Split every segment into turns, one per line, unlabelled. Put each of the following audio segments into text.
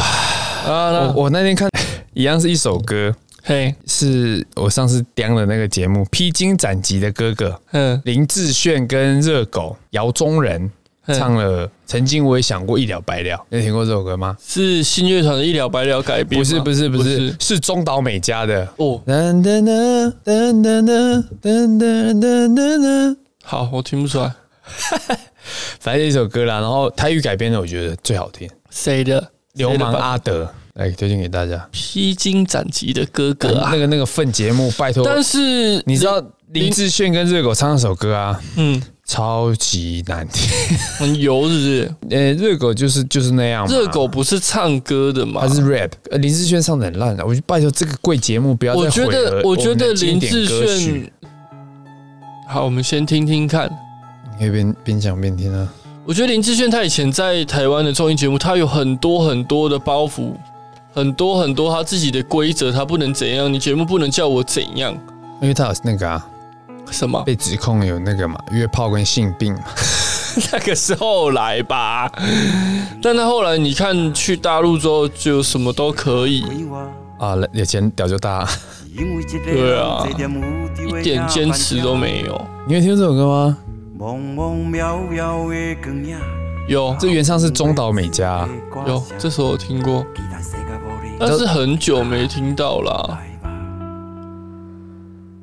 啊，那
我我那天看 一样是一首歌，
嘿，
是我上次讲的那个节目《披荆斩棘的哥哥》，
嗯，
林志炫跟热狗姚中仁
嗯
唱了《曾经我也想过一了百了》，你有听过这首歌吗？
是新乐团的一了百了改
不
编吗，
是不是不是，是中岛美嘉的。
哦，
噔噔噔噔噔噔噔噔噔噔，
好，我听不出来
反正一首歌啦。然后台语改编的，我觉得最好听，《
谁的
流氓
谁的版
阿德》来推荐给大家。
啊披荆斩棘的哥哥啊
那，个那哎个份节目，拜托，
但是
你知道林志炫跟热狗唱那首歌啊，
嗯，
超级难听。
很油是
呃，热狗就是就是那样
不
嘛，
是？热狗不是唱歌的嘛
他？是 rap，呃林志炫唱的很烂啊的，我就拜托这个贵节目不要
我
再
觉
毁
得
了，
我
我
觉
们
得
的经
林
典
志
歌曲，
炫，好，我们先听听看。
你可以边边讲边听啊。
我觉得林志炫他以前在台湾的综艺节目，他有很多很多的包袱，很多很多他自己的规则，他不能怎样，你节目不能叫我怎样，
因为他有那个啊，
什么？
被指控有那个嘛，约炮跟性病嘛，
那个是后来吧，但他后来你看去大陆之后，就什么都可以，
啊，有钱屌就大。啊
对
对
啊一
一
点坚持都。没有。
你有听过这首歌吗？
朦朦渺渺的光影，
有
这原唱是中岛美嘉、啊
嗯
啊
有，这首我听过，但是很久没听到啦。
来吧，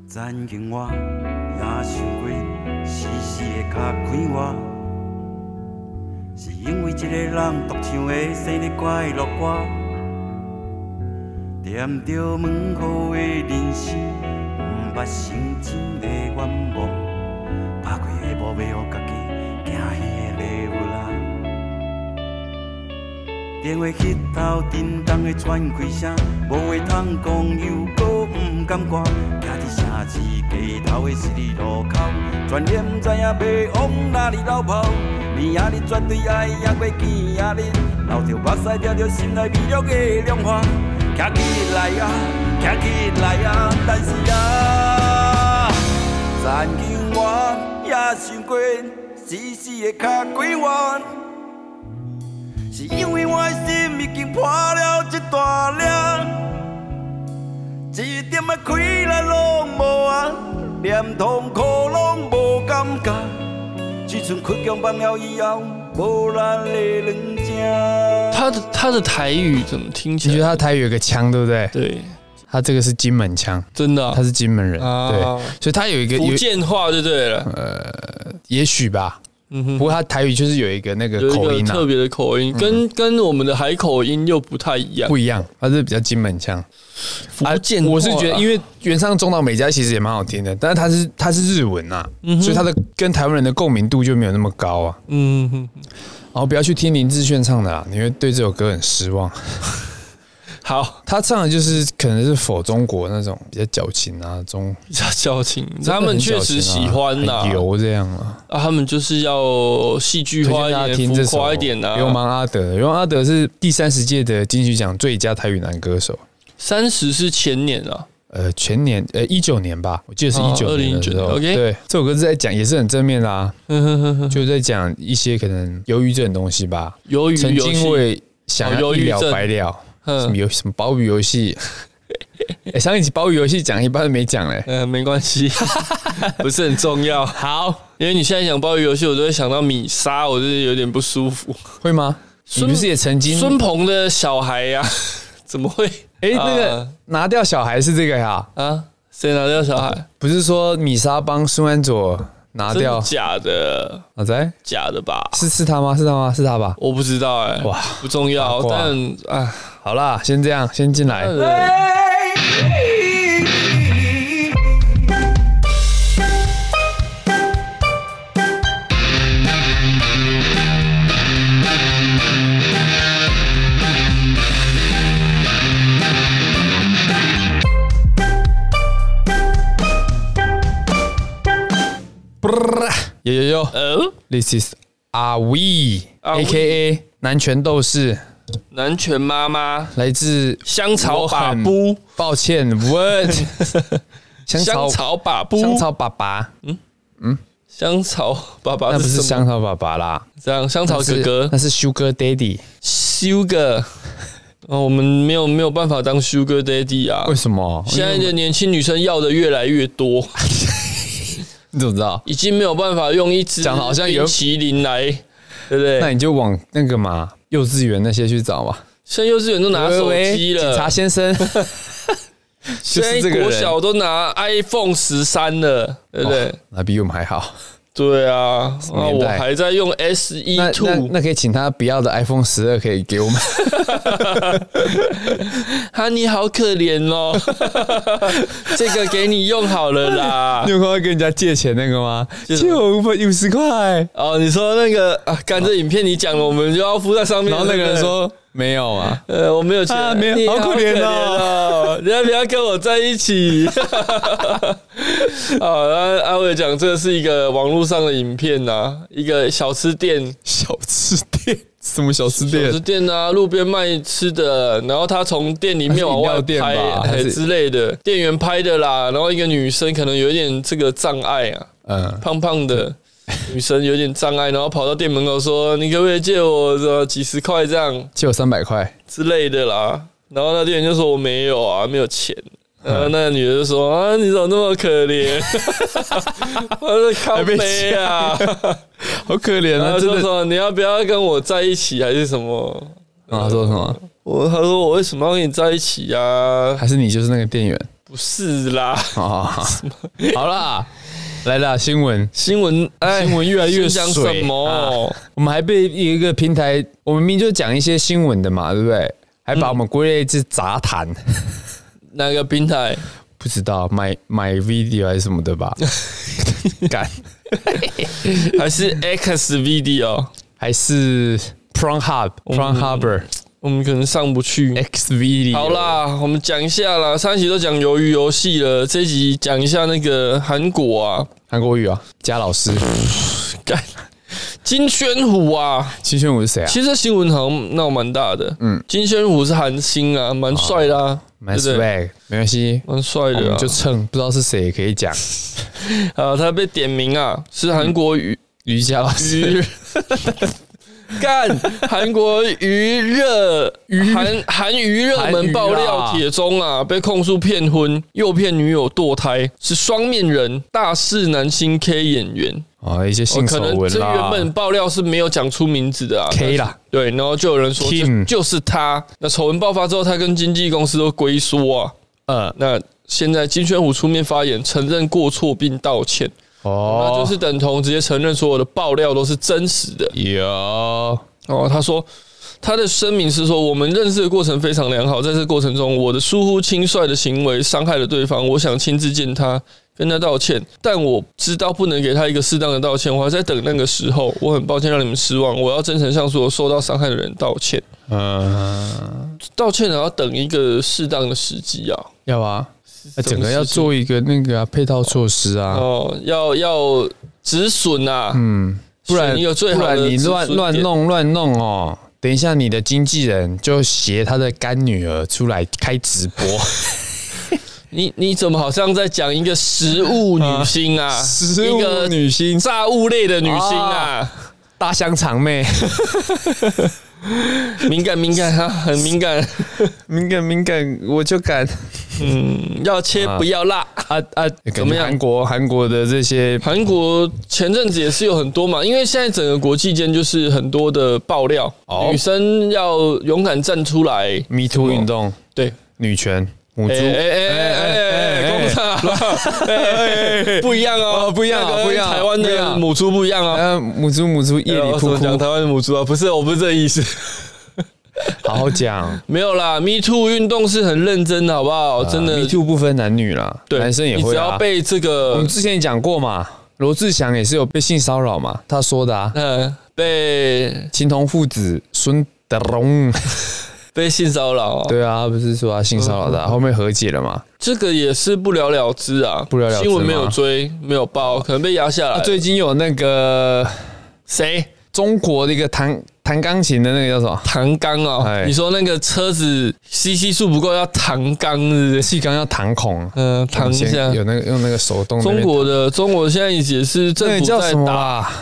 曾经我也想过，时时的脚看我，是因为一个人独唱的生日快乐歌，踮着门口的人生，毋捌成真的愿望，拍开下幕要予家己惊喜的礼物啊。电话迄头叮当的喘气声，无话通讲又搁毋甘看，徛伫城市街头的十字路口，全然不知影要往哪里逃跑。明仔日绝对爱也过见仔日，流着目屎，抓着心内微弱的凉汗，徛起来啊，徛起来啊，但是啊，曾经我也想过，死死的脚拐弯。是因为我的心已经破了一大粒，一点仔快乐拢无啊，连痛苦拢无感觉，只剩倔强放了以后，无咱的两只。
他的他的台语怎么听
你觉
起
得
来？
他台语有个腔，对不对？
对，
他这个是金门腔，
真的啊
他是金门人，
啊
对，所以他有一个
福
有，
建话就对了。
也许吧。
嗯哼
不过他台语就是有一个那个
有一
口
个
音啊嗯
特，别的口音，跟跟我们的海口音又不太一样。
不一样，他是比较金门腔。
福建话啊，
我是觉得，因为原唱中岛美嘉其实也蛮好听的，但是他是他是日文呐、所以他的跟台湾人的共鸣度就没有那么高啊。
嗯哼，哼
然后不要去听林志炫唱的啦，你会对这首歌很失望。
好，
他唱的就是可能是否中国那种比较矫情啊，中
比较矫情，他们确实喜欢呐、
啊很油这样啊。
啊，他们就是要戏剧
推
化
荐大
一
家听
点、
这
浮
首
夸一
《
点啊呐、
流氓阿德》，流氓阿德是第三十届的金曲奖最佳台语男歌手。
三十是前年啊，
呃，全年呃一九年吧，我记得是
哦
一九年的
2019
时候。
OK
对，这首歌是在讲也是很正面的啊，
哼哼嗯哼哼
就在讲一些可能忧郁症的东西吧。
鱿鱼
曾
游
经
戏，
为想
哦
要
忧郁
一了
症
百了，什么
嗯
游什么包鱼游 戏。哎，上一集包鱼游戏讲一半都没讲嘞。
呃，没 关系，不是很重要。好，因为你现在讲鲍鱼游戏，我都会想到米莎，我就是有点不舒服。
会吗？你
孙
不是也曾经
孙鹏的小孩呀、 怎么会？
哎、那个
啊
拿掉小孩是这个呀？
啊，谁拿掉小孩？
不是说米莎帮孙安佐拿
啊真
掉
的？假的？
啊，在
假的吧？
是是他吗？是他吗？是他吧？
我不知道哎、
哇
不重要。
八卦
但啊，
好啦，先这样，先进来。
呃
有有有
呃，
，This is 阿 We
Are
A K A 南拳斗士，
南拳妈妈、
来自
香草把
我很
布、
抱歉 What 香
香
草
草啊把布、
香草爸爸，
香草 爸爸，
那不是香草爸爸啦，
这样香草
那
哥
是
哥
那是 Sugar Daddy。
修哥啊，我们没有没有办法当 Sugar Daddy 啊
为。什么？哎
现在的年轻女生要的越来越多，
你怎么知道？
已经没有办法用一只
讲得好像有
冰淇淋来，对不对？
那你就往那个嘛，幼稚园那些去找嘛。
现在幼稚园都拿手机
喂喂警察
了，
先生，就是
现在
这个人
国小都拿 iPhone 十三了，对不 对
哦？那比我们还好。
对啊，啊，
么年
我
代
还在用 S E
那
two，
那那可以请他不要的 iPhone 十二可以给我 们，
哈，你好可怜哦， 这个给你用好了啦
你。有空会跟人家借钱那个吗？
什么
借我五百五十块。
哦，你说那个啊，看这影片你讲了，我们就要附在上面。
然后那个人说没有啊，
对不对：“呃，我没有钱，
啊没有
你好
好可
怜
怜哦
哦，人家不要跟我在一起。” 啊，那阿伟讲这是一个网络上的影片呐、一个小吃店，
小吃店什么小吃
小吃
店？
店啊，路边卖吃的，然后他从店里面往外
还是饮料
拍
店吧
哎
还是
之类的，店员拍的啦。然后一个女生可能有一点这个障碍啊，
嗯，
胖胖的女生有点障碍，然后跑到店门口说：“你可不可以借我这几十块这样
借我三百块。
之类的啦？”然后那店员就说：“我没有啊，没有钱。”
嗯
然后那个女的就说：“啊，你怎么那么可怜？” 我说：“靠
还被
背啊！”
好可怜
然
啊，
后
真
就
的。
说：“你要不要跟我在一起还是什么
然后他说什么？？”
我他说：“我为什么要跟你在一起呀、啊
还是你就是那个店员？”
不是啦，
啊？ 好啦，来啦，新闻，
新闻哎，
新闻越来越
想
水啊
什么？
我们还被一个平台，我们明明就讲一些新闻的嘛，对不对？还把我们归类至杂谈，
哪个平台？
不知道买买 video 还是什么的 吧？干
还是 XVD 哦？
还是 Prong Hub、Prong Harbor
我们可能上不去。
X Video？
好，啦，我们讲一下啦，上一集都讲鱿鱼游戏了，这一集讲一下那个韩国啊，
韩国语啊，加老师，
干金宣虎啊，
金宣武是谁啊？
其实这新闻好像闹蛮大的，
嗯，
嗯
哦
金宣虎是韩星啊，蛮帅的啊，
蛮
对不对
swag，没关系，
蛮帅
我
的、
们
啊，
就蹭，不知道是谁也可以讲
啊，他被点名啊，是韩国娱
瑜伽老师。
娱干韩国娱乐 韩韩娱热门爆料帖中啊，被控诉骗婚、诱骗女友堕胎，是双面人，大势男星 K 演员。
哦，一些
哦
性
可
丑
能
闻
这
啦。
原本爆料是没有讲出名字的啊
K 啦，
对，然后就有人说
Kim
这就是他。那丑闻爆发之后，他跟经纪公司都龟缩啊。
呃，
那现在金宣虎出面发言，承认过错并道歉，那
哦，
就是等同直接承认所有的爆料都是真实的。
有
哦，他说他的声明是说，我们认识的过程非常良好，在这过程中，我的疏忽轻率的行为伤害了对方，我想亲自见他。跟他道歉，但我知道不能给他一个适当的道歉，我还在等那个时候。我很抱歉让你们失望，我要真诚向所有受到伤害的人道歉。
嗯，
道歉也要等一个适当的时机啊！
要啊，
么
整个要
事情
做一个那个啊配套措施啊，
哦，要要止损啊，
嗯，不然
选一个最
不
好的
然你
止损
乱乱
点
弄乱弄哦，等一下你的经纪人就携他的干女儿出来开直播，
你你怎么好像在讲一个食物女星啊？
食物
一个
女星
炸物类的女星啊，
大香肠妹，
敏感敏感，她很敏感。
敏感敏感，我就敢
嗯，要切不要辣。
啊啊，
怎么样
韩国韩国的这些
韩国前阵子也是有很多嘛，因为现在整个国际间就是很多的爆料，
哦
女生要勇敢站出来。
Me Too 运动、
对，
女权、母猪
哎，哎哎哎哎，工厂，哎哎 不一样哦，那跟台湾的母猪不一样哦。
呃，母猪母猪夜里
我
哭
怎么讲
哭
台，湾的母猪啊？不是，我不是这意思。
好好讲。啊
没有啦，Me Too 运动是很认真的，好不好？真的
Me，Too 不分男女啦，
对，
男生也
你
会
只
啊
要。被这
我
个
们之前也讲过嘛，罗志祥也是有被性骚扰嘛，他说的啊，
嗯，被
情同父子孙德荣，
被性骚扰、啊，
对啊，他不是说他性骚扰的啊，后面和解了 嘛？
这个也是不了了之啊，
不了了之吗
新闻没有追，没有报，可能被压下来
啊，
了。
最近有那个
呃 谁？
中国的一个弹弹钢琴的那个叫什么？
唐钢哦，
哎
你说那个车子 CC 数不够要唐钢是不是？
气缸要弹孔，啊
嗯、唐一
以前
下。
有那个用那个手动那
中
边。
国的中国现在也是
那
政
个
府
叫
在
什么
打，
啊？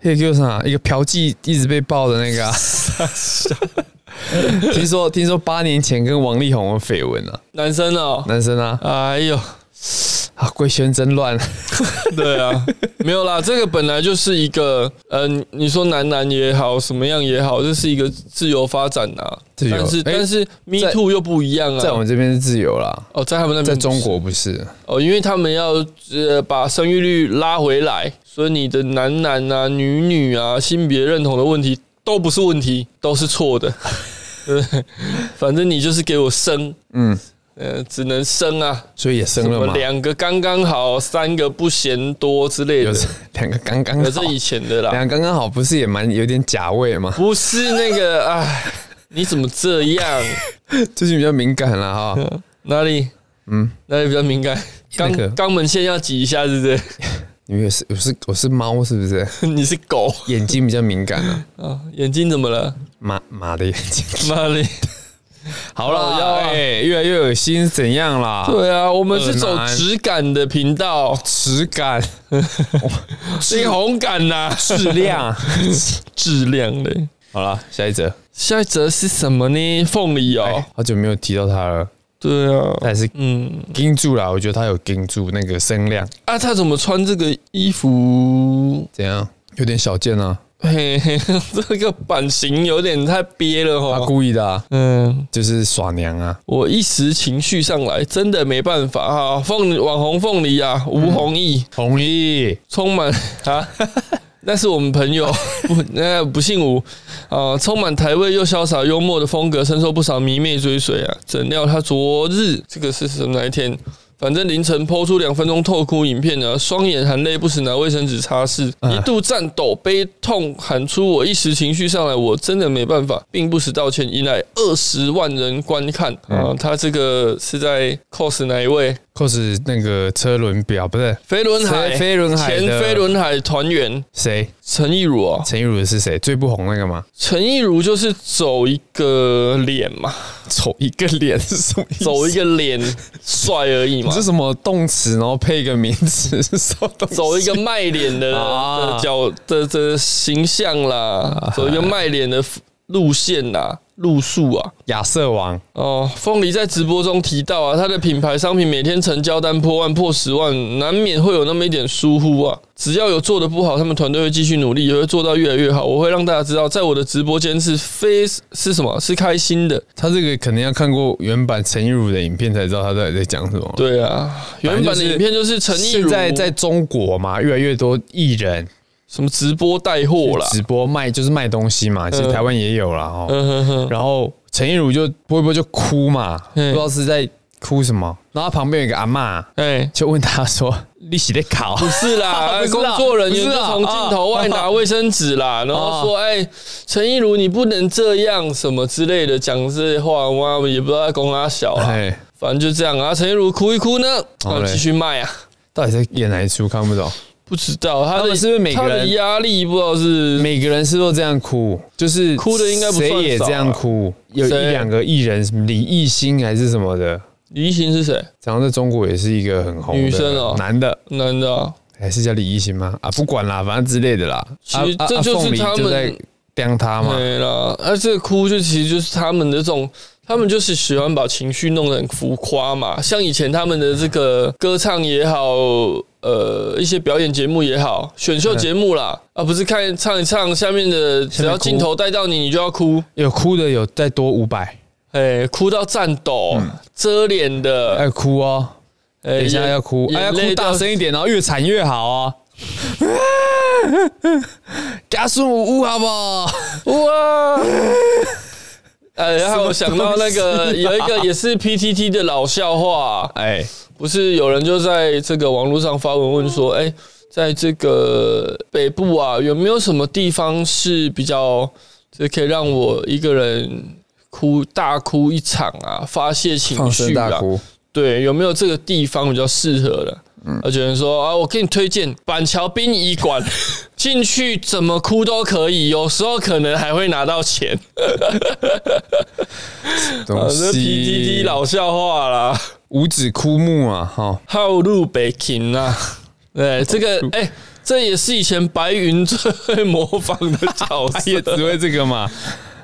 那个叫啥？一个嫖妓一直被爆的那个啊，听说听说八年前跟王力宏有绯闻啊，
男生哦，
男生啊
哎呦，
啊，贵圈真乱，
对啊，没有啦，这个本来就是一个，嗯、你说男男也好，什么样也好，这是一个自由发展啊。
自由
但是、
哎
但是 Me
在
Too 又不一样啊。
在我们这边是自由啦，
哦，在他们那边
在
不是
中国不是，
哦，因为他们要呃把生育率拉回来，所以你的男男啊、女女啊、性别认同的问题都不是问题，都是错的。 对，反正你就是给我生，
嗯，
呃，只能生啊，
所以也生了
什么
嘛，
两个刚刚好，三个不嫌多之类
有
的
这，两个刚刚
可
好，
是以前的啦，
两个刚刚好，不是也蛮有点假味吗？
不是那个，哎，你怎么这样？
最近比较敏感了哈，
哪里？
嗯，
哪里比较敏感？
那个
肛肛门线要挤一下，是不是？
你们也是我是我是猫是不是？
你是狗
眼睛比较敏感啊，
啊？眼睛怎么了？
马马的眼睛。
哪里？
好
了要啊
哎、越来越恶心，怎样啦？
对啊，我们是走
恶男
质感的频道，
质感、
是红感呐、
质量。
质量的。
好了，下一则。
下一则是什么呢？凤梨哦，
好久没有提到他了，
对啊，
他也是
嗯，
盯住了。我觉得他有盯住那个声量，
啊，他怎么穿这个衣服？
怎样？有点小贱啊，
嘿嘿， 这个版型有点太憋了
他
哈。
故意的、啊，
嗯，
就是耍娘啊。
我一时情绪上来，真的没办法啊。凤网红凤梨啊，吴弘毅
同意，
充满啊， 那是我们朋友，不，那不姓吴啊，充满台味又潇洒幽默的风格，深受不少迷妹追随啊。怎料他昨日这个是什么哪一天？反正凌晨抛出两分钟痛哭影片呢，双眼含泪，不时拿卫生纸擦拭，
嗯
一度颤抖，悲痛喊出我一时情绪上来，我真的没办法，并不时道歉，迎来二十万人观看啊。他这个是在 cos 哪一位？
cos 那个车轮表不是
飞轮海，
飞飞轮海的
前飞轮海团员
谁？
陈亦儒啊，
陈亦儒的是谁？最不红那个吗？
陈亦儒就是走一个脸 嘛，
丑一个脸是什么意思？
走一个脸帅而已
你
嘛
这，什么动词，然后配一个名词是什么东西？
走一个卖脸的
啊
的角的的形象啦，走一个卖脸的路线啦。路数啊，
亚瑟王，
哦，凤梨在直播中提到啊，他的品牌商品每天成交单破万、破十万，难免会有那么一点疏忽啊。只要有做的不好，他们团队会继续努力，也会做到越来越好。我会让大家知道，在我的直播间是非是什么是开心的，
他这个可能要看过原版陈亦儒的影片才知道他到底在讲什么。，
对啊，原版的影片就是陈意
现在在中国嘛，越来越多艺人
什么直播带货啦，
直播卖，就是卖东西嘛，其实台湾也有啦哦。
嗯哼哼，
然后陈亦儒就播一播就哭嘛，不
嗯
知道是在哭什么。然后他旁边有一个阿嬷
哎，
就问他说：“ 你洗的考
不是啦
不，是
工
啦啊
作人员
不是
就
啦
从镜头外拿卫生纸啦，然后说，哎，陈意如你不能这样什么之类的讲这些话，妈也不知道在公阿小？”啦，
哎，
反正就这样啊。陈意如哭一哭呢，
好
啊，
嘞
继续卖啊。
到底在演哪一出？看不懂。
不知道他
他
的
们是不是每个
他的
人
压力不知道是
每个人是都这样哭，就是
哭的应该不算少啊
谁也这样哭，有一
谁
两个艺人，什么李艺兴还是什么的，
李艺兴是谁？
然后在中国也是一个很红的
女生哦
男的。
男的啊，
还是叫李艺兴吗？啊，不管啦，反正之类的啦。啊
其实这就是
凤梨
他们
在刁他嘛。
对啦，啊，这个哭就其实就是他们的这种，他们就是喜欢把情绪弄得很浮夸嘛。像以前他们的这个歌唱也好，呃，一些表演节目也好，选秀节目啦，啊，不是看唱一唱，下面的只要
哭
镜头带到你，你就要哭，
有哭的，有再多五百，
哎，哭到颤抖、遮脸
嗯
的，
哎，哭哦，
哎
等一下要哭，哎，要哭大，声一点，然后越惨越好哦。 加速五五好不好？
眼泪都 哇！哎，然后我想到那个
什么东西啊
有一个也是 PTT 的老笑 话、
哎，
不是有人就在这个网络上发文问说，哎、在这个北部啊，有没有什么地方是比较，这可以让我一个人哭大哭一场啊，发泄情
放声
绪
大
啊？
哭，嗯
对，有没有这个地方比较适合的？而且有人说啊，我给你推荐板桥殡仪馆， 进去怎么哭都可以，有时候可能还会拿到钱。啊，
东
这 PTT
西
老笑话啦。
五指枯木啊，哈，
浩路北京啊， 对，这个哎、这也是以前白云最会模仿的角
他也只
色。哎
会这个嘛。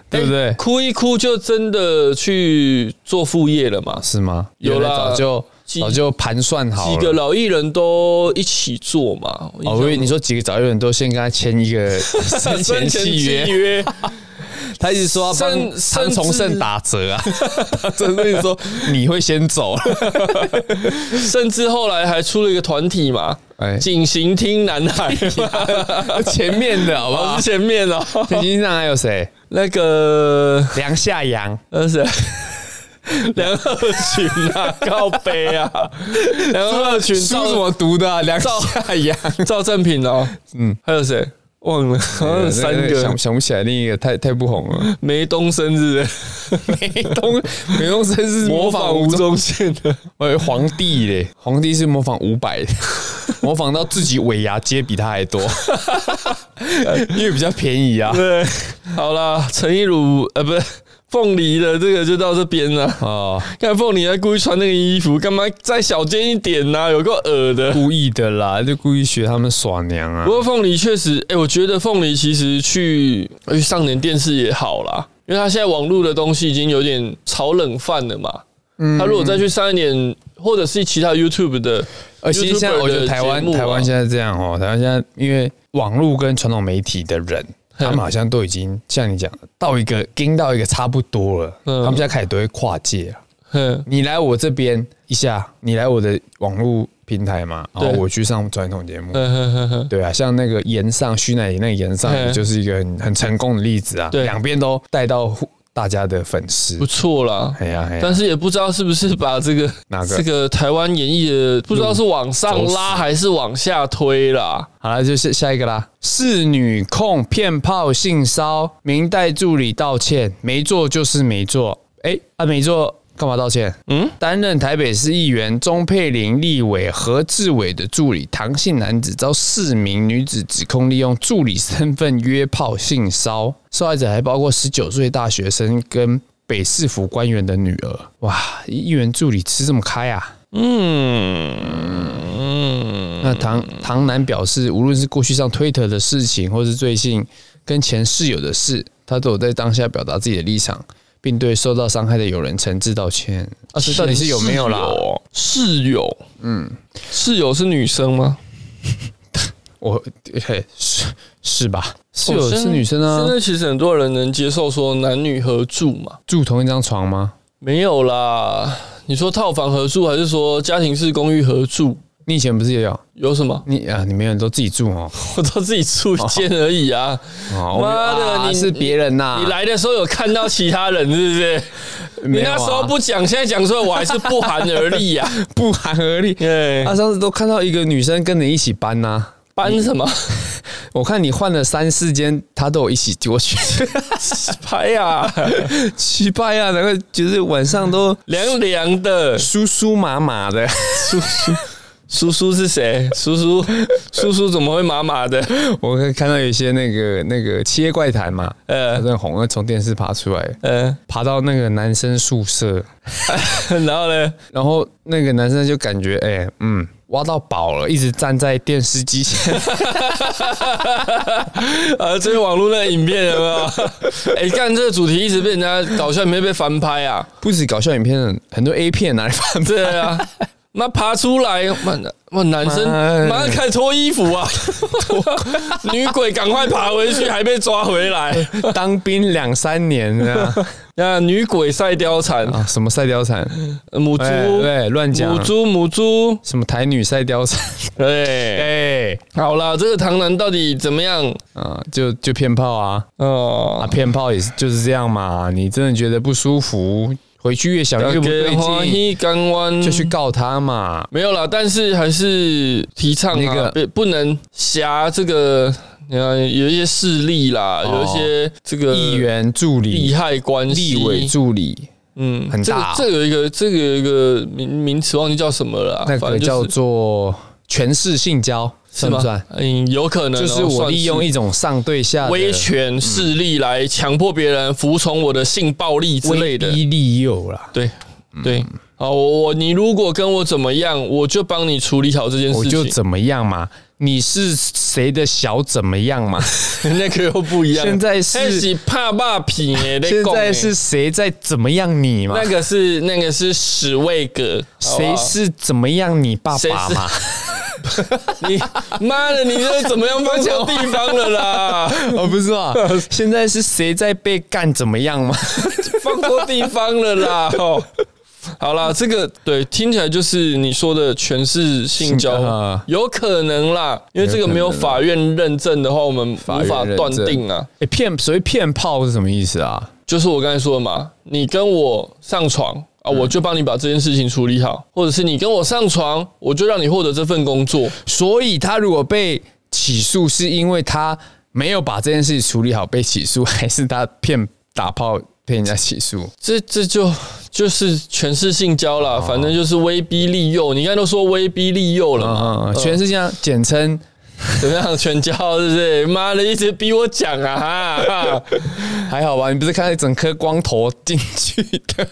对不对？
哭一哭就真的去做副业了嘛？
是吗？
有啦
原来早就
几
早就盘算好
几
了。
个老艺人都一起做嘛？
哦，我以为你说几个早有人都先跟他签一 个生前契约，
约，
他一直说要帮
甚
唐崇
甚
盛
至
打折啊， 他真的一直 说你会先走，
甚至后来还出了一个团体嘛，
哎，
警行厅男孩 嘛，
前面的好不好
是？ 前面哦，
前金上还有谁？
那个
梁夏阳，
那谁？梁鹤群啊，告杯啊，梁鹤群
书
赵
怎么读的啊？梁
赵
夏 阳，
赵正 平哦，嗯，还有谁忘了？好像有三
那
个
想想不起来，另一个太太不红了。
梅东生日
梅东梅东真是
模
模
仿
仿
吴
吴宗，
宗宪的，
我以为皇帝嘞，皇帝是模仿伍佰 的，模仿到自己尾牙接比他还 多，因为比较便宜啊。
对，好啦，陈亦儒呃，不是凤梨的这个就到这边了。
哦，
看凤梨还故意穿那个衣服，干嘛再小尖一点呐、有够恶的。
故意的啦，就故意学他们耍娘啊
不。过凤梨确实，哎、我觉得凤梨其实去呃上点电视也好啦，因为它现在网络的东西已经有点炒冷饭了嘛。嗯，他如果再去上一点，或者是其他 YouTube 的，
而且呃现在
YouTuber
我觉得
的
台
节
湾
目啊
台湾现在这样哦，台湾现在因为网络跟传统媒体的 人，他们好像都已经像你讲的，到一个跟到一个差不多了，
嗯
他们现在开始都会跨界了。
哼，
你来我这边一下，你来我的网络平台嘛，然后
对嗯
我去上传统节目。
哼哼哼哼，
对啊，像那个岩上徐乃麟那个岩上，
嗯
也就是一个很很成功的例子啊。
对
两边都带到户大家的粉丝
不。错啦。
哎呀哎呀
但，是也不知道是不是把这个
哪个
这个台湾演艺的，不知道是往上
走死
拉还是往下推啦。
好了，就是下一个啦。侍女控骗炮性骚，明代助理道歉，没做就是没做。哎、啊，没做干嘛道歉？
嗯，
担任台北市议员钟佩玲立委何志伟的助理唐姓男子遭四名女子指控利用助理身份约炮性骚，受害者还包括十九岁大学生跟北市府官员的女儿。哇，议员助理吃这么开啊！
嗯
那唐唐南表示，无论是过去上推特的事情，或是最近跟前室友的事，他都有在当下表达自己的立场，并对受到伤害的友人诚挚道歉。啊，所以到底是有没有啦？
室友，嗯，室友是女生吗？
我嘿是是吧？室友是女生啊
哦现，在其实很多人能接受说男女合住嘛？
住同一张床吗？
没有啦，你说套房合住还是说家庭式公寓合住？
你以前不是也有
有什么？
你啊？你没有，你都自己住哦。
我都自己住一间而已啊！
哦
妈的
啊
你
是别人呐、
你来的时候有看到其他人是不是？
没
你
有啊
那时候不讲，现在讲出来，我还是不寒而栗 呀、啊！
不寒而栗。
耶、
啊，上次都看到一个女生跟你一起搬呐、
搬 什么
我看你换了三四间，她都有一起丢去。
拍哎呀？
奇怪啊，难怪就是晚上都
凉凉的，
酥酥麻麻的。
叔叔，叔叔是谁？叔叔，叔叔怎么会麻麻的？
我会看到有一些那个那个《七夜怪谈》嘛，
呃
反正红了从电视爬出来，
呃，
爬到那个男生宿舍，
然后呢？
然后那个男生就感觉哎、嗯，挖到宝了，一直站在电视机前。
呃，这边网络那个影片有没有？哎、干这个主题一直被人家搞笑，没被翻拍啊？
不止搞笑影片，很多 A 片哪里放？
对啊，那爬出来，妈的，哇，男生马上开始脱衣服啊！女鬼赶快爬回去，还被抓回来。
当兵两三年 啊，
那女鬼赛貂蝉、
啊什么赛貂蝉？
母猪，
哎对，乱讲
母。猪，母猪，
什么台女赛貂蝉？
对。
哎
好啦，这个唐南到底怎么样？
啊，就就骗炮啊。啊，
哦，
骗炮也是就是这样嘛。你真的觉得不舒服，回去越想越不对
欢
劲，
喜港湾
就去告他嘛。
没有啦，但是还是提倡啊
那个
别不能挟这个，你看有一些势力啦，
哦
有一些这个
议员助
利
理、
害关系，
立委助理，
嗯
很大哦
这个这个有一个这个有一个名名词忘记叫什么了啦，
那
啊反
个
正就是
叫做权势性交，
是
算
吗
不算？？
嗯，有可能哦
就是我
算
利用一种上对下的
威权势力来强迫别人服从我的性暴力之类的
威。逼嗯利诱啦。
对对，好，我我你如果跟我怎么样，我就帮你处理好这件
我
事
就
情。
怎么样嘛，你是谁的小怎么样嘛？
那个又不一样。
现在是
那怕霸品 耶， 在
现
讲
在
耶
是谁在怎么样你嘛？
那个是那个是史卫 格，好不啊
谁
好
是怎么样你爸
谁
爸
是
嘛？
你妈的，你这怎么样放错地方了 啦？
哦，不是啊，现在是谁在被干怎么样嘛？
放错地方了啦！哦，好啦，这个对听起来就是你说的全是性交
性啊，
有可能啦，因为这个没有法院认证的话，我们无
院
法断定啊。
哎，骗所谓骗炮是什么意思啊？
就是我刚才说的嘛，你跟我上床啊，
嗯
我就帮你把这件事情处理好，或者是你跟我上床，我就让你获得这份工作。
所以他如果被起诉，是因为他没有把这件事情处理好被起诉，还是他骗打炮被人家起诉？
这这就就是全是性交啦，
哦
反正就是威逼利诱。你刚才都说威逼利诱了嘛，
嗯嗯，嗯全是这样，简称
怎么样？全交是不是？妈的，一直逼我讲啊！哈
还好吧？你不是看到一整颗光头进去的，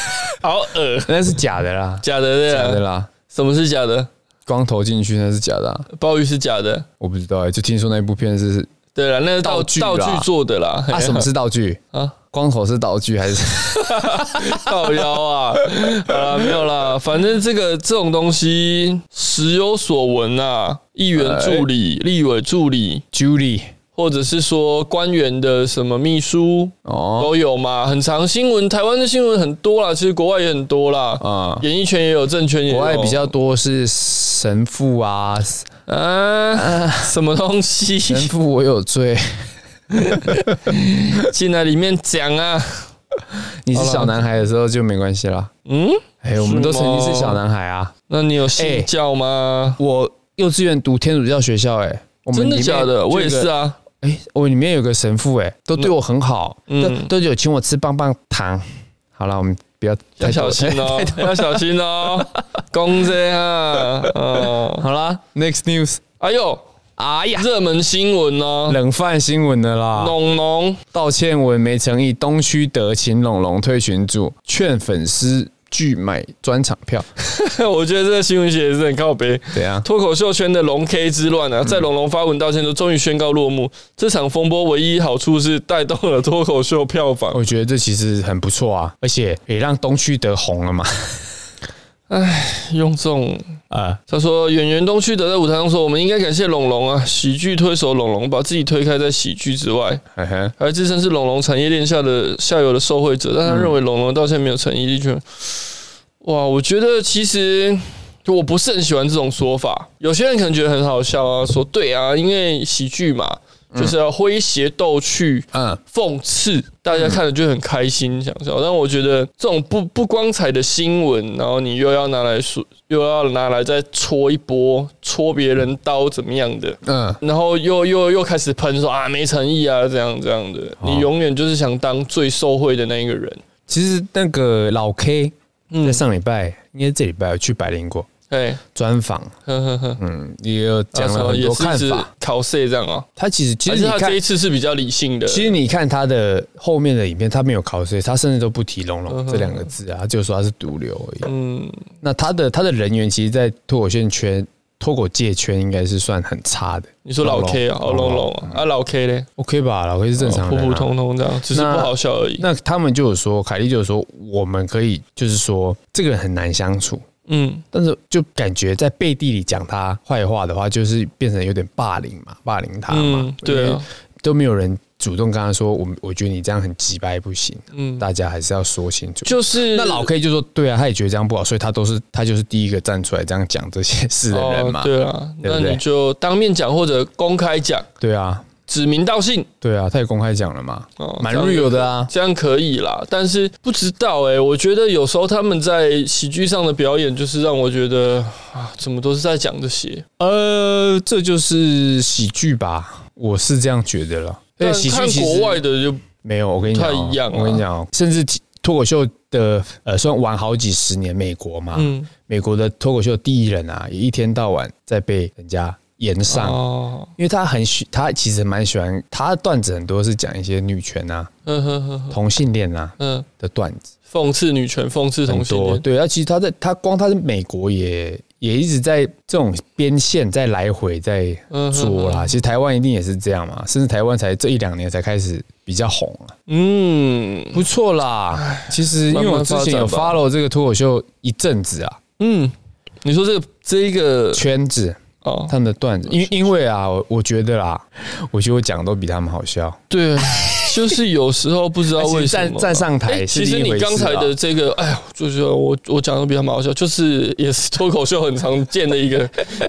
好恶，
那是假的 啦，
假的对
假的
啊？
啦，
什么是假的？
光头进去那是假的啊、
鲍鱼是假的，
我不知道哎、就听说那部片是
对啊了，那是道
道具啦
道具做的啦。
啊，什么是道具
啊
啊？光头是道具还是？
靠腰啊？好啦，没有啦，反正这个这种东西时有所闻啊，议员助理、立委助理，
Julie
或者是说官员的什么秘书
哦，
都有嘛，很长新闻，台湾的新闻很多啦，其实国外也很多啦。
啊、
演艺圈也有，政圈也 有，
国外比较多是神父 啊，
啊，什么东 西？
神父我有 罪，
进来里面讲啊，
你是小男孩的时候就没关系啦。
嗯，
哎、我们都
是
曾
吗
经是小男孩啊。
那你有信教吗？
我幼稚园读天主教学校、哎，我们
真的
里面
假
就有
的？
个
我也是。啊，
哎、我里面有个神父、哎，都对我很好，
嗯
都都有请我吃棒棒糖。好了，我们不要
要
太
小心哦，要小心哦，公仔啊，哦，
好啦 n e x t news，
哎呦，
哎呀，
热门新闻哦，
冷饭新闻的啦。
农农
道歉文没诚意，东区德勤龙龙退群组，劝粉丝拒买专场 票， 啊
我觉得这个新闻写的是很靠北。
怎样？
脱口秀圈的龙 K 之乱
嗯
啊，在龙龙发文道歉后，终于宣告落幕。这场风波唯一好处是带动了脱口秀票房。
我觉得这其实很不错啊，而且也让东区德红 了嘛。
用这种
啊，
他说：“演员东区德在舞台上说，我们应该感谢龙龙啊，喜剧推手龙龙把自己推开在喜剧之外，
嘿嘿，
还自称是龙龙产业链下的下游的受惠者，但他认为龙龙道歉没有诚意，的确，哇，我觉得其实。”我不是很喜欢这种说法，有些人可能觉得很好笑啊，说对啊，因为喜剧嘛，就是要诙谐逗趣，
嗯，
讽刺，大家看了就很开心，想笑。但我觉得这种不不光彩的新闻，然后你又要拿来说，又要拿来再戳一波，戳别人刀怎么样的，
嗯，
然后又又又开始喷说啊没诚意啊，这样这样的，
哦
你永远就是想当最受贿的那一个人。
其实那个老 K 在
嗯，
上礼拜，应该这礼拜有去百灵果
哎，
专访，
呵呵呵，
嗯，也有讲
然
了
后
很
也
多
啊是一
看
直
法。
考试这样啊，
他其实其实
其实
你
他
看
这一，次是比较理性的，
其实你看他的后面的影片，他没有 cos，他甚至都不提龙
嗯
龙
哼
这两个字啊，他就说他是毒瘤而已。
嗯，
那他的他的人缘，其实，在脱口秀圈、脱口界圈，应该是算很差的。
你说老 K 啊，哦
龙
龙
龙
龙啊，啊老 K 嘞，
OK 吧？老黑是正常
普
人啊
普通通这样，只是不
那
好笑而已。
那他们就有说，凯莉就有说，我们可以就是说，这个人很难相处，
嗯，
但是就感觉在背地里讲他坏话的话，就是变成有点霸凌嘛，霸凌他嘛。
嗯，对
因为
啊，
都没有人主动跟他说，我我觉得你这样很鸡掰，不行，
嗯，
大家还是要说清楚。
就是
那老 K 就说，对啊，他也觉得这样不好，所以他都是他就是第一个站出来这样讲这些事的人嘛。
哦对啊，
对
那
不对
你就当面讲或者公开讲，
对啊，
指名道姓，
对啊，他也公开讲了嘛，
哦
蛮
这样
real 的啊。
这样可以啦。但是不知道哎、我觉得有时候他们在喜剧上的表演，就是让我觉得啊，怎么都是在讲这些。
呃，这就是喜剧吧，我是这样觉得了。而且
但
喜剧
看
其
国
实
外的就
没有，我跟你讲哦，
不太一样啊
我跟你讲哦，甚至脱口秀的呃，算玩好几十年，美国嘛，
嗯
美国的脱口秀第一人啊，也一天到晚在被人家言上，
哦，
因为他很喜，他其实蛮喜欢，他的段子很多是讲一些女权啊、
嗯哼哼哼，
同性恋啊
嗯，
的段子，
讽刺女权，讽刺
很
同性
多。
恋，
对，他其实他在他光他在美国也。也一直在这种边线在来回在
嗯
捉啦。其实台湾一定也是这样嘛，甚至台湾才这一两年才开始比较红啊。
嗯
不错啦，其实因为我之前有
慢慢发
follow 这个脱口秀一阵子啊，
嗯，你说这个这一个
圈子
哦，
他们的段子，因因为啊，我我觉得啦，我觉得我讲的都比他们好笑。
对啊，就是有时候不 知道为什
站
么
站上台
哎，
是另
其实
一
你
回事啊
刚才的这个，哎呀，就是我我讲的比较蛮好笑，就是也是脱口秀很常见的 一个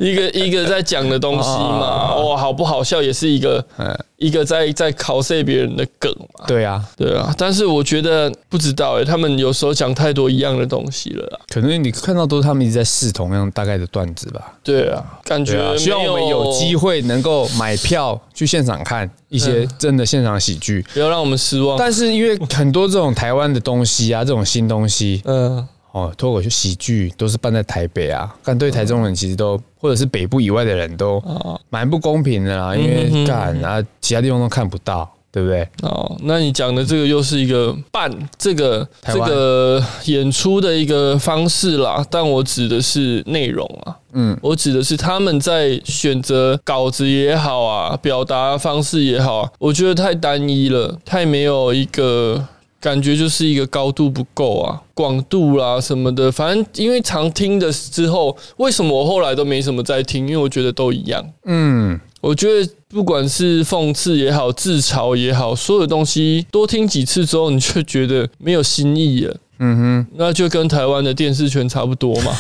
一个一个在讲的东西嘛，哇，好不好笑也是一个
啊嗯，
一个在在 cos 别人的梗嘛，
对啊，
对啊，但是我觉得不知道哎、他们有时候讲太多一样的东西了啦，
可能你看到都是他们一直在试同样大概的段子吧。
对啊，感觉
对啊，希望我们有机
会，
会能够买票去现场看一些
嗯
真的现场喜剧。
不要让我们失望。
但是因为很多这种台湾的东西啊，这种新东西
嗯，
哦，脱口秀喜剧都是办在台北啊，但对台中人其实都或者是北部以外的人都
哦
蛮不公平的啦，因
嗯哼
为
哼
干啊其他地方都看不到，对不对？
哦，那你讲的这个又是一个办这个
台
这
湾
个演出的一个方式啦，但我指的是内容啊，
嗯，
我指的是他们在选择稿子也好啊，表达方式也好啊，我觉得太单一了，太没有一个感觉，就是一个高度不够啊，广度啦、什么的，反正因为常听的之后，为什么我后来都没什么在听？因为我觉得都一样。
嗯，
我觉得不管是讽刺也好，自嘲也好，所有东西多听几次之后，你就觉得没有新意了。嗯哼，那就跟台湾的电视圈差不多 嘛。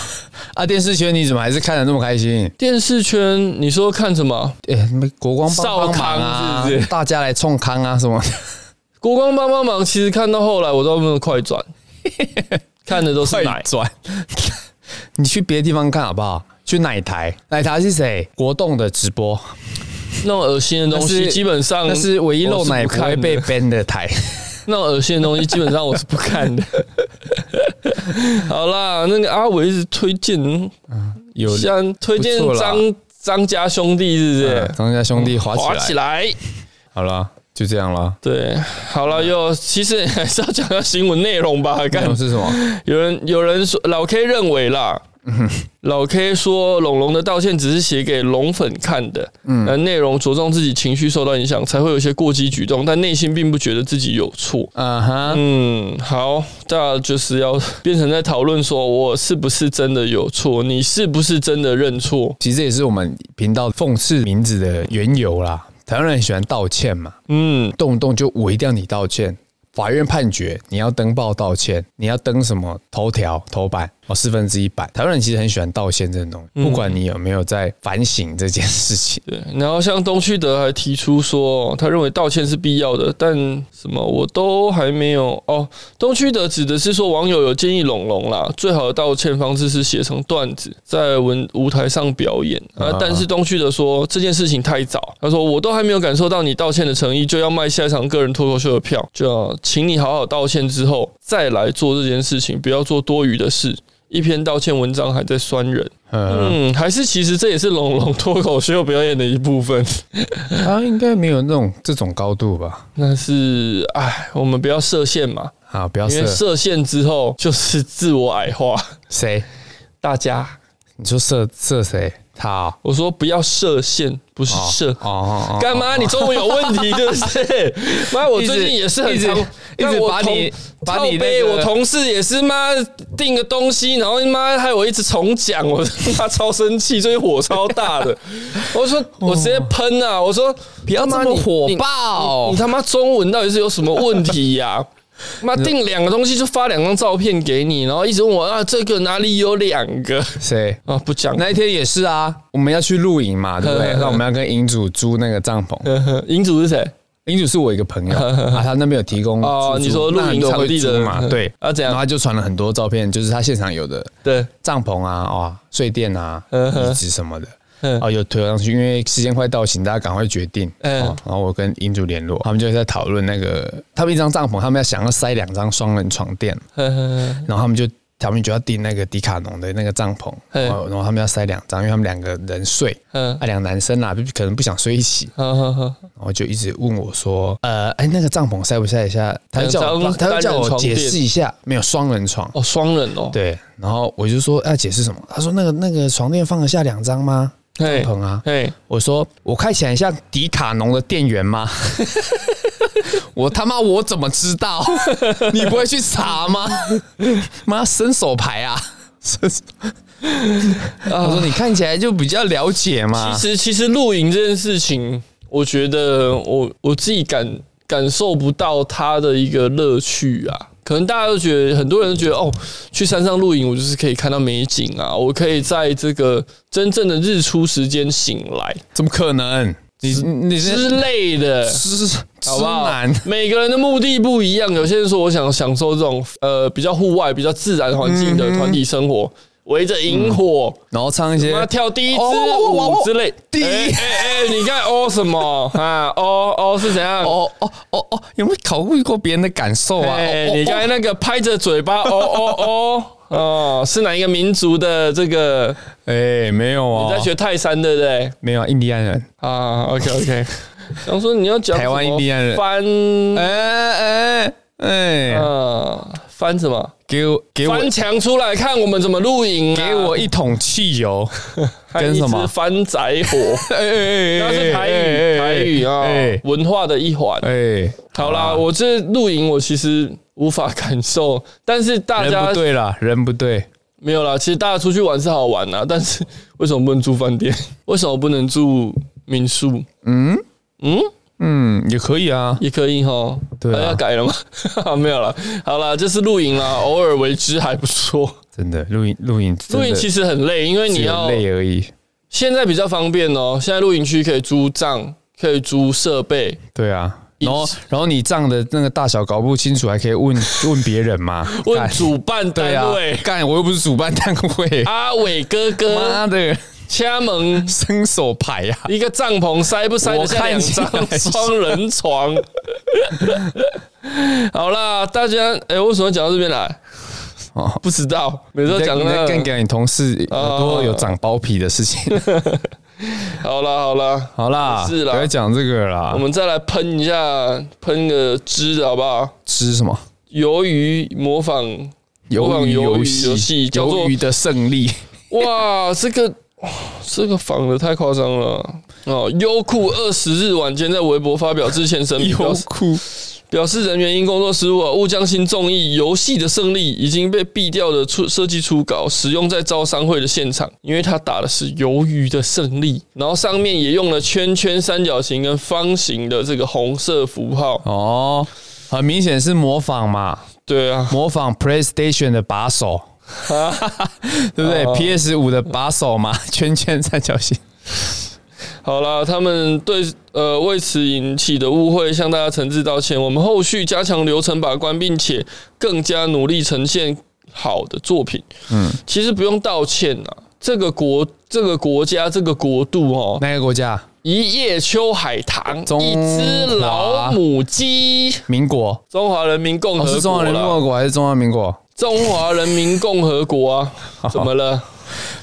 啊，电视圈你怎么还是看得那么开心？
电视圈，你说看什么？
哎、你们国光帮帮忙
少
啊，
康是不是
大家来冲康啊 什么的？
国光帮帮忙，其实看到后来我都没有快转，看的都是奶。
转， 你去别的地方看好不好？去奶台，奶台是谁？国栋的直播，
那种恶心的东
但
西，
是
基本上
那是唯一露奶
我
不
是不看
会
的
被 ban 的台。
那种恶心的东西，基本上我是不 看的。好啦，那个阿伟一直推荐，
有
像推荐
不错啦
张张家兄弟，是不是
嗯？张家兄弟滑起
滑
来，
起来。
好了，就这样了。
对，好了，又其实还是要讲下新闻内容吧。
内
看
容是什么？
有人有人说老 K 认为啦，老 K 说龙龙的道歉只是写给龙粉看的，嗯，内容着重自己情绪受到影响，才会有一些过激举动，但内心并不觉得自己有错。
嗯哼，
嗯，好，那就是要变成在讨论说我是不是真的有错，你是不是真的认错？
其实这也是我们频道讽刺名字的缘由啦。台湾人很喜欢道歉嘛，
嗯，
动不动就我一定要你道歉。法院判决你要登报道歉，你要登什么头条、头版哦，四分之一版。台湾人其实很喜欢道歉这种东西，
嗯
不管你有没有在反省这件事情，
对，然后像东区德还提出说，他认为道歉是必要的，但什么我都还没有哦。东区德指的是说，网友有建议龙龙啦，最好的道歉方式是写成段子，在文舞台上表演啊
啊。
但是东区德说这件事情太早，他说我都还没有感受到你道歉的诚意，就要卖下一场个人脱口秀的票，就要请你好好道歉之后再来做这件事情，不要做多余的事。一篇道歉文章还在酸人，
嗯，
嗯，还是其实这也是龙龙脱口秀表演的一 部分。嗯
他应该没有那种这种高度吧？
但是，哎，我们不要设限嘛，
啊，不要
因
设
为设限之后就是自我矮化。
谁？
大家，
你说设设谁？他哦
我说不要设限，不是
哦
设。
哦哦哦
干嘛？你中文有问题，对不 对？妈，我最近也是很常
一直，一
但
直
我
把
同
你把
靠
你那
背，
个
我同事也是妈订个东西，然后妈害我一直重讲，我 妈超生气，最近火超 大的。我说我直接喷啊！我说不要
哦这么火爆
你他妈中文到底是有什么问题呀、 妈订两个东西就发两张照片给你，然后一直问我啊，这个哪里有两个
谁？
啊？不讲，
那一天也是啊，我们要去露营 嘛，对不对
呵？呵呵
那我们要跟营主租那个帐 篷，
银主是谁？
营主是我一个朋友啊，他那边有提供
哦
自助
你说露
那很
营
多
场
会
地的
租 嘛，对
啊怎样
然后他就传了很多照片，就是他现场有的
对，
帐篷啊、啊睡垫啊、
嗯哼
椅子什么的。
嗯
哦，有推上去，因为时间快到，请大家赶快决定。
嗯
哦，然后我跟营主联络，他们就在讨论那个，他们一张帐篷，他们要想要塞两张双人床垫，
呵呵呵
然后他们就他们就要订那个迪卡侬的那个帐篷，
嘿
然后然后他们要塞两张，因为他们两个人睡，
嗯
啊，，两个男生啦，可能不想睡一起，
好好好，
然后就一直问我说，呃，哎，那个帐篷塞不塞一下？他就叫我
两
帮，
张
嗯他就叫
单人
我
床
解
垫
释一下，没有双人床，
哦，双人哦，
对，然后我就说要解释什么？他说那个那个床垫放得下两张吗？
对
帐篷啊，
哎，
我说我看起来像迪卡侬的店员 吗？我他妈我怎么知 道？你不会去查吗？妈伸手牌啊！伸手我说你看起来就比较了解嘛
其。实其实露营这件事情，我觉得我我自己感感受不到它的一个乐趣啊。可能大家都觉得，很多人都觉得哦，去山上露营，我就是可以看到美景啊，我可以在这个真正的日出时间醒来
怎么可能？你你
之
是
类的，
痴
好
痴
不好
男？？
每个人的目的不一样，有些人说我想享受这种呃比较户外、比较自然环境
嗯
的团体生活，围着萤火，
然后唱一些
妈跳第一支
哦哦哦哦
舞之类。
第一
哎哎哎，你看哦什么啊？哦哦是怎样？
哦哦哦哦，有没有考虑过别人的感受啊？
哎，
哦
你刚才那个拍着嘴巴，哦哦哦。哦，是哪一个民族的这个？
哎没有啊，
你在学泰山对不对？
没有啊印第安人？
啊，OK OK。想说你要讲
台湾
什么
印第安人
翻，
哎哎哎，
嗯，翻什么？
给我给我
翻墙出来看我们怎么露营、啊，
给我一桶汽 油，
看
跟
一
什
只
么
翻宅火，
哎 哎
那是台语，台语啊、文化的一环。
哎，
好啦，我这露营我其实无法感受，但是大
人
家
不对啦，人不对，
没有啦，其实大家出去玩是好玩啦，但是为什么不能住饭店？ 为什么不能住民宿？
嗯，也可以啊，
也可以哈，
对啊
要改了吗？ 没有啦，好啦，就是露营啦，偶尔为之还不错。
真的露营露营 真的
露营其实很累，因为
只
你
有
要
累而已，
现在比较方便哦，现在露营区可以租帐，可以租设备，
对啊，
饮
然后然后你账的那个大小搞不清楚，还可以问 问别人嘛，
问
干
主办啊
对啊
单位，。
干我又不是主办单 位，
阿伟哥哥，
妈的，
敲门，
伸手牌啊呀，
一个帐篷塞不塞得下两张
我看起来是
双人 床？好啦，大家，哎、为什么讲到这边来？
哦。
不知道，每次都
你在
讲
你
那
在
个啊
干掉你同事很多有长包皮的事情。
好啦，好啦，
好啦，
是啦
不要讲这个啦。
我们再来喷一下，喷个汁的好不好？
吃什么？
鱿鱼模仿
鱿鱼游
鱿鱼游戏
戏，
叫做
鱿鱼的胜 利。
哇， 这个哇这个仿的太夸张了哦！优酷二十日晚间在微博发表之前声 明，表示
酷
表示人员因工作失误啊，误将新综艺《游戏的胜利》已经被毙掉的初设计初稿使用在招商会的现场，因为他打的是鱿鱼的胜利，然后上面也用了圈圈、三角形跟方形的这个红色符号。
哦，很明显是模仿嘛，
对啊，
模仿 PlayStation 的把手， 对不对、
哦
p s 五的把手嘛， 圈圈三角形。
好啦，他们对呃为此引起的误会向大家诚挚道歉。我们后续加强流程把关，并且更加努力呈现好的作品。嗯，其实不用道歉啊，这个国这个国家这个国度哦，
哪个国家？
一叶秋海棠，
中
一只老母鸡，
民国？
中华人民共
哦，
和国啦、
是中华人民共和国还是中华民国？
中华人民共和国 啊，怎么了？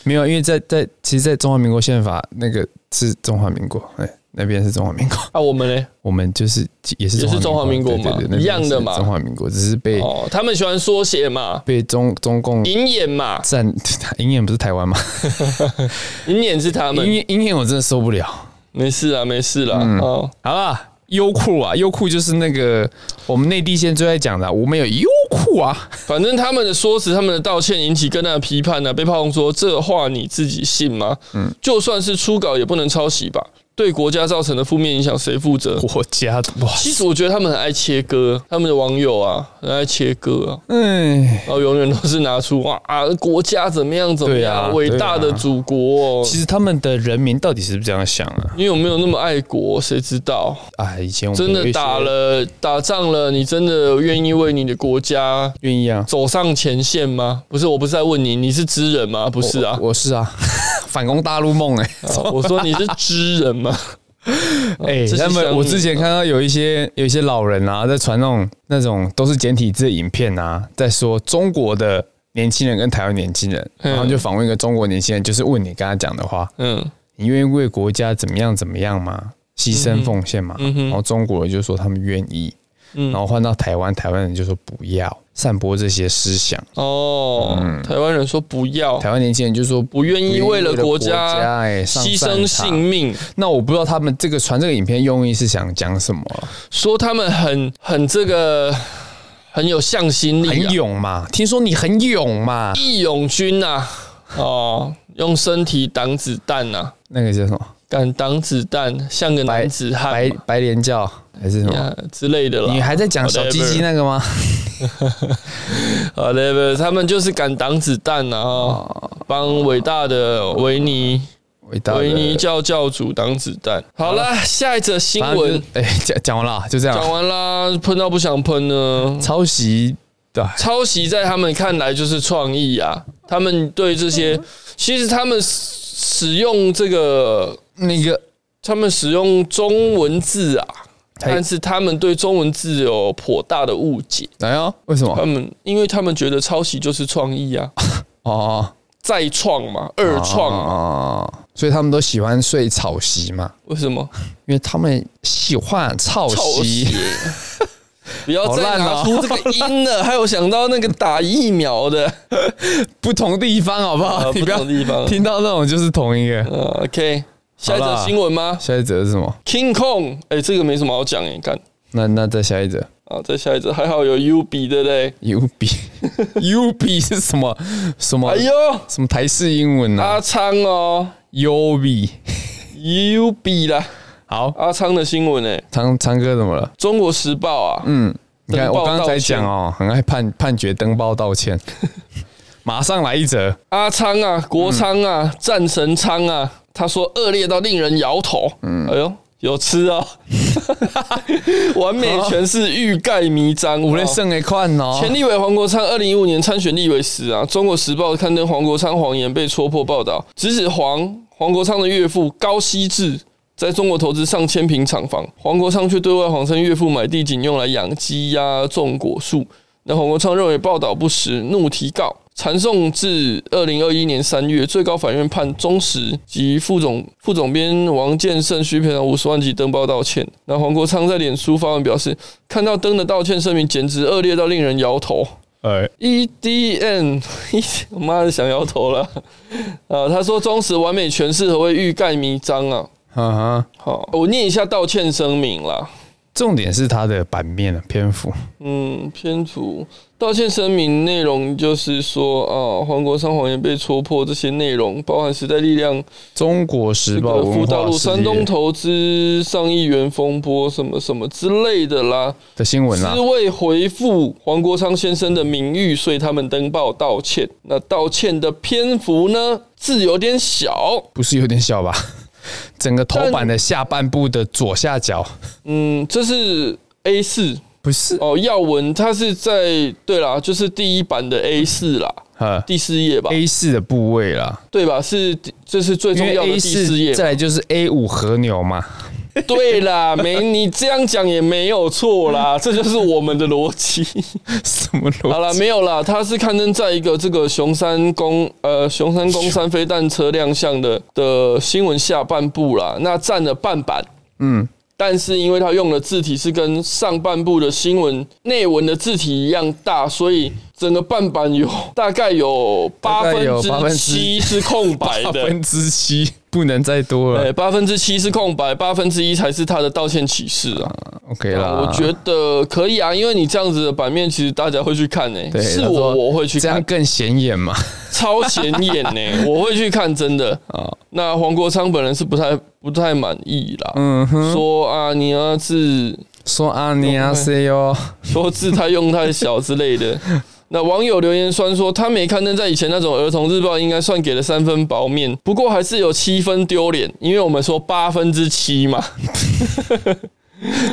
没有，因为在在其实，在中华民国宪法那个是中华民国，哎、那边是中华民国，
啊，我们呢？
我们就是也是
也是中华民国嘛
对对对那边
一样的嘛
是中华民国只是被、
哦，他们喜欢缩写嘛，
被中中共
银眼 嘛，
占，鹰眼不是台湾吗？
银眼是他们
鹰。眼鹰眼我真的受不了。
没事啊，没事啦。哦，
好啦，优酷啊，优酷就是那个我们内地现在最爱讲的啊、我们有优酷啊，
反正他们的说辞、他们的道歉引起更大的批判呢、被炮轰说这话你自己信吗？嗯，就算是初稿也不能抄袭吧？对国家造成的负面影响谁负责？
国家的 哇，
其实我觉得他们很爱切割，他们的网友啊很爱切割啊，
哎，
然后永远都是拿出哇啊国家怎么样怎么
对啊
样，伟、大的
对啊
祖国、哦。
其实他们的人民到底是不是这样想啊？
你有没有那么爱国？谁知道？
啊，以前我们
真
有一些
的打了打仗了，你真的愿意为你的国家
愿意啊，
走上前线吗？不是，我不是在问你，你是知人吗？不是啊，
我我是啊， 反攻大陆梦 哎、
啊我说你是知人吗？
哎、
这是啊
他
乡
们
民
我之前看到有一些有一些老人啊，在传那种那种都是简体字的影片啊，在说中国的年轻人跟台湾年轻人，
嗯
然后就访问一个中国年轻人，就是问你刚刚讲的话，
嗯
你愿意为国家怎么样怎么样吗？牺
嗯
牲
哼
奉献吗？
嗯哼
然后中国人就说他们愿意，然
嗯
后换到台湾，台湾人就说不要散播这些思想，
哦，
嗯
台湾人说不要
台湾年轻人就说不
不愿意为了国
国
家
哎上
牺
战
牲
场
性命，
那我不知道他们这个传这个影片用意是想讲什么了，
说他们很很这个很有向心力、啊，
很勇嘛？听说你很勇嘛？
义勇军呐、哦，用身体挡子弹呐、
那个叫什么？
敢挡子弹，像个男子汉
白
嘛
白莲教还是什么？
呀之类的
你
啦。
还在讲小鸡鸡那个吗？
好的，不他们就是敢挡子弹呐、啊哦，帮伟大的维尼
伟大的
维尼教教主挡子弹。好啦，下一则新
反正
闻
就哎讲讲完了，就这
讲
样。
完啦，喷到不想喷呢。
抄袭对，
抄袭在他们看来就是创意啊，他们对这些，其实他们使使用这个
那个
他们使用中文字啊，
嘿
但是他们对中文字有颇大的误解。
哎呦，为什么？
他们因为他们觉得抄袭就是创 意啊，
哦，
再创嘛，二创啊嘛，
哦，所以他们都喜欢睡草席嘛，
为什么
因为他们喜欢草
抄袭
席。？
不要
好
再
烂哦
拿出这个音了， 还有想到那个打疫 苗的，
不同地方好不好？
啊，
你
不
不要
同地方。
听到那种就是同一个。
呃 OK，下一
好
则
啦
新闻吗
下一则是什么？
？King Kong，哎、这个没什么好讲哎、干
那那再下一则
啊，再下一则还好有 U B 对不对？
，U B U B 是什么什么？
哎呦，
什么台式英文呢、啊
阿昌哦
u B
，U B 啦，
好，
阿昌的新闻哎、
昌昌哥怎么了？
中国时报》啊，
嗯，你看
登报
我刚刚
道
才
歉
讲哦，很爱判判决登报道 歉，马上来一则，
阿昌啊，国昌啊，战神昌啊，他说恶劣到令人摇头。嗯，哎呦，有吃哦，完美诠释欲盖弥彰。
我
无
连胜也看哦，
前立委黄国昌二零一五年参选立委时啊，《中国时报》刊登黄国昌谎言被戳破报道，直指黄黄国昌的岳父高希志在中国投资上千平厂房，黄国昌却对外谎称岳父买地仅用来养鸡鸭、种果树。那黄国昌认为报道不实，怒提告。缠讼至二零二一年三月，最高法院判中时及副总副总编王建胜需赔偿五十万及登报道歉。那黄国昌在脸书发文表示，看到登的道歉声明，简直恶劣到令人摇头。
呃，
EDN，我 妈的想摇头了。呃，他说忠实完美诠释何谓欲盖弥彰啊。
哈哈，
好，我念一下道歉声明啦。
重点是它的版面啊，篇幅，
嗯，篇幅道歉声明内容就是说，啊，黄国昌谎言被戳破，这些内容包含时代力量
《中国时
这
报》
个
文
辅导
化
路山
事
东
业
投资上亿元风波什么什么之类的啦。
的新闻啊
是，为回复黄国昌先生的名誉，所以他们登报道歉。那道歉的篇幅呢，字有点小，
不是有点小吧？ 整个头版的下半部的左下角，
嗯，这是 A 四
不是，
哦，要文它是在对啦，就是第一版的 A 四啦，
呃
第四页吧，
，A 四的部位啦，
对吧？是这是最
因
重
为
要的
A
第四页
四，再
吧，
来就是 A 五和牛嘛，
对啦，没你这样讲也没有错啦，这就是我们的逻辑。
什么
好
逻
了，
辑？
没有啦，它是刊登在一个这个熊山公呃熊山公山飞弹车亮相的的新闻下半部啦，那占了半版，
嗯，
但是因为它用的字体是跟上半部的新闻内文的字体一样大，所以整个半版有大概有八
大概有
分之七是空白
八
的。
分之七 不能再多
对，
了。
八分之七是空白，八分之一才是他的道歉启事啊。
OK 啦，
我觉得可以啊，因为你这样子的版面，其实大家会去看诶、
对
是
他
我
说
我会去
这
看
样。更显眼嘛。
超显眼 呢、我会去看真的啊
哦。
那黄国昌本人是不太不太满意啦，
嗯哼，
说啊你儿子
说阿尼亚 C 哦哟，
说字太用太小之类 的。那网友留言酸说，他没刊登在以前那种儿童日报，应该算给了三分薄面，不过还是有七分丢脸，因为我们说八分之七嘛。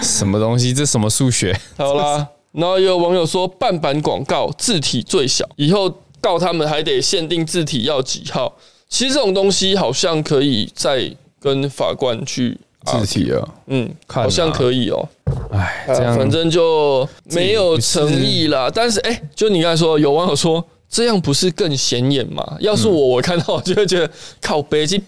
什么东西？这什么数学？
好啦，然后也有网友说半版广告字体最小，以后告他们还得限定字体要几号。其实这种东西好像可以再跟法官去啊
字，体啊，
嗯，
看啊
好像可以哦、
哎，
啊
这样
反正就没有诚意啦。但是哎、就你刚才说，有网友说这样不是更显眼吗？要是我，
嗯
我看到我就会觉得靠北这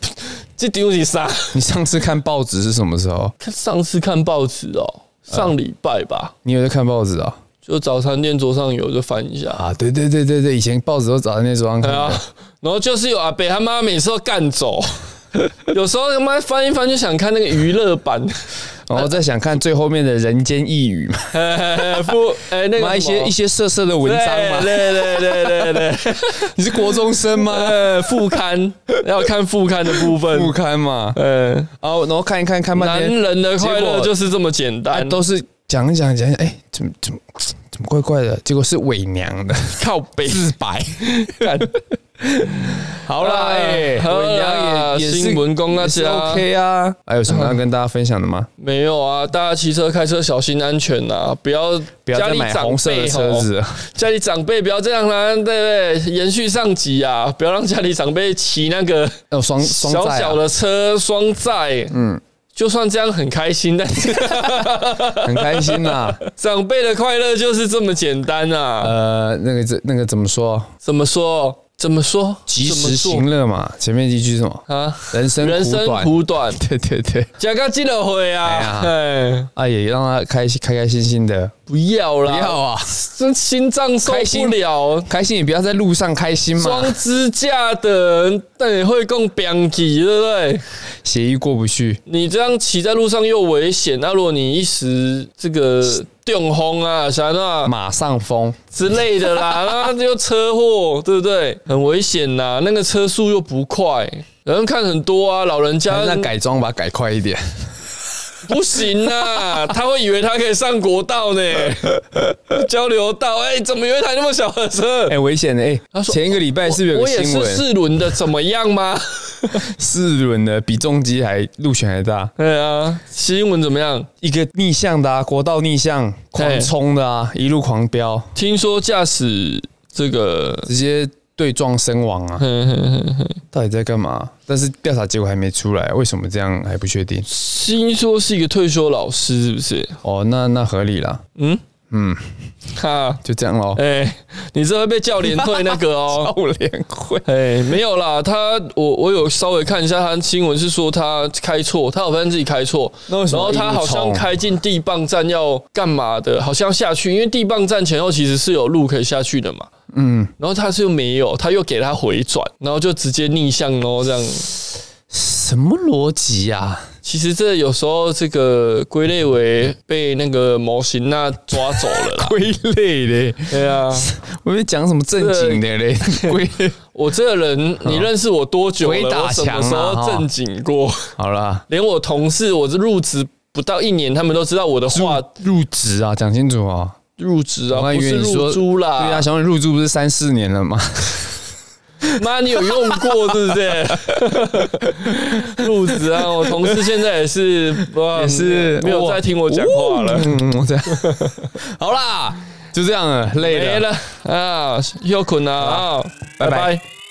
这丢你啥？
你上次看报纸是什么时候？
看上次看报纸哦，上礼拜吧，
你有在看报纸啊？
就早餐店桌上有就翻一下。
啊，对对对对对，以前报纸都早在那桌上看
对啊
的。，
然后就是有阿北他妈每次都干走， 有时候他妈翻一翻就想看那个娱 乐版，
然后在想看最后面的人间一语嘛，
不，哎、那个
妈一
什
些
么
一些色色的文章嘛。
对对对对 对对，
你是国中生吗？
呃，副刊要看副刊的部分，
不堪嘛。
呃，
然后然后看一看看半
男
天，
人的快乐就是这么简
啊
单，
都是讲一讲讲一讲，哎，怎么怎么怎么怪怪的？结果是伪娘的
靠北。
自 白。
干
好啦，哎，
好啦
伪娘也也是
新闻公啊
也是
这啊
OK 啊。还有什么要跟大家分享的吗？
没有啊，大家骑车开车小心安全呐、不要
不要
家
再
里
买
长
红色的
辈
车
吼
子了。
家里长辈不要这样啦、对不对？延续上集啊，不要让家里长辈骑那个
哦，双双
小
载啊
小的车双载，嗯，就算这样很开心，但是
很开心啊 呐。
长辈的快乐就是这么简单啊！
呃，那个怎那个怎么说？
怎么说？怎么说？
及
怎么
时
做
行乐嘛。前面一句是什么？
啊！
人生
人
苦
生
短。
苦短，
对对对，
加个记得回啊！哎，
啊，也让他开心开开心心的。
不要啦，
不要啊，
这心脏受
开
不
心
了。
开心也不要在路上开心嘛，
装支架的人，但也会更彪气，对不对？
协议过不去。
你这样骑在路上又危险，那如果你一时这个中风啊、啥那
马上封，
之类的啦， 那就车祸，对不对？很危险呐，那个车速又不快，人看很多啊，老人家
那改装把它改快一点。
嗯不 行啊，他会以为他可以上国道呢，交流道，哎、怎么有一台那么小的车？
哎，危险的哎！
他说
前一个礼拜是不是有
我
个
也
新
是
闻？
四轮的，怎么 样吗？
四轮的比重机还陆选还大，
对啊，新闻怎么样？
一个逆向的啊，国道逆向狂冲的啊，一路狂飙，
听说驾驶这个，嗯
直接对撞身亡啊！
哼哼哼哼
到底在干嘛？但是调查结果还没出来，为什么这样还不确定？
听说是一个退休老师，是不是？
哦，那那合理啦，
嗯嗯，哈，
就这样 咯。
哎、你这会被教联退那个 哦。
奥联会
哎、没有啦，他我我有稍微看一下他新闻，是说他开错，他好像自己开错，
那为什
然
么
后他好
一
像
路冲
开进地磅站要干嘛的，好像下去，因为地磅站前后其实是有路可以下去的嘛。嗯，然后他是又没有，他又给他回转，然后就直接逆向咯，这样。
什么逻辑啊？
其实这有时候这个归类为被那个模型那抓走了 啦。
归类嘞，
对啊，
我在讲什么正经的嘞？归类
我这个人，你认识我多久了？
鬼打
我什么
墙
时
啊
候正经过？
好啦，
连我同事，我这入职不到一年，他们都知道我的话
入职啊，讲清楚啊。
入职啊，
我还以
不
为
是
你
入
说
租
对啊，
啦。
小美入住不是三四年了吗？
妈，你有用过是 不是？入职啊，我同事现在也是，哇
也是
哦没有
哇
再听我讲话了。
嗯，我这样。好啦，就这样了，累
没
了。
了啊，又困了啊，
拜
拜
拜
拜。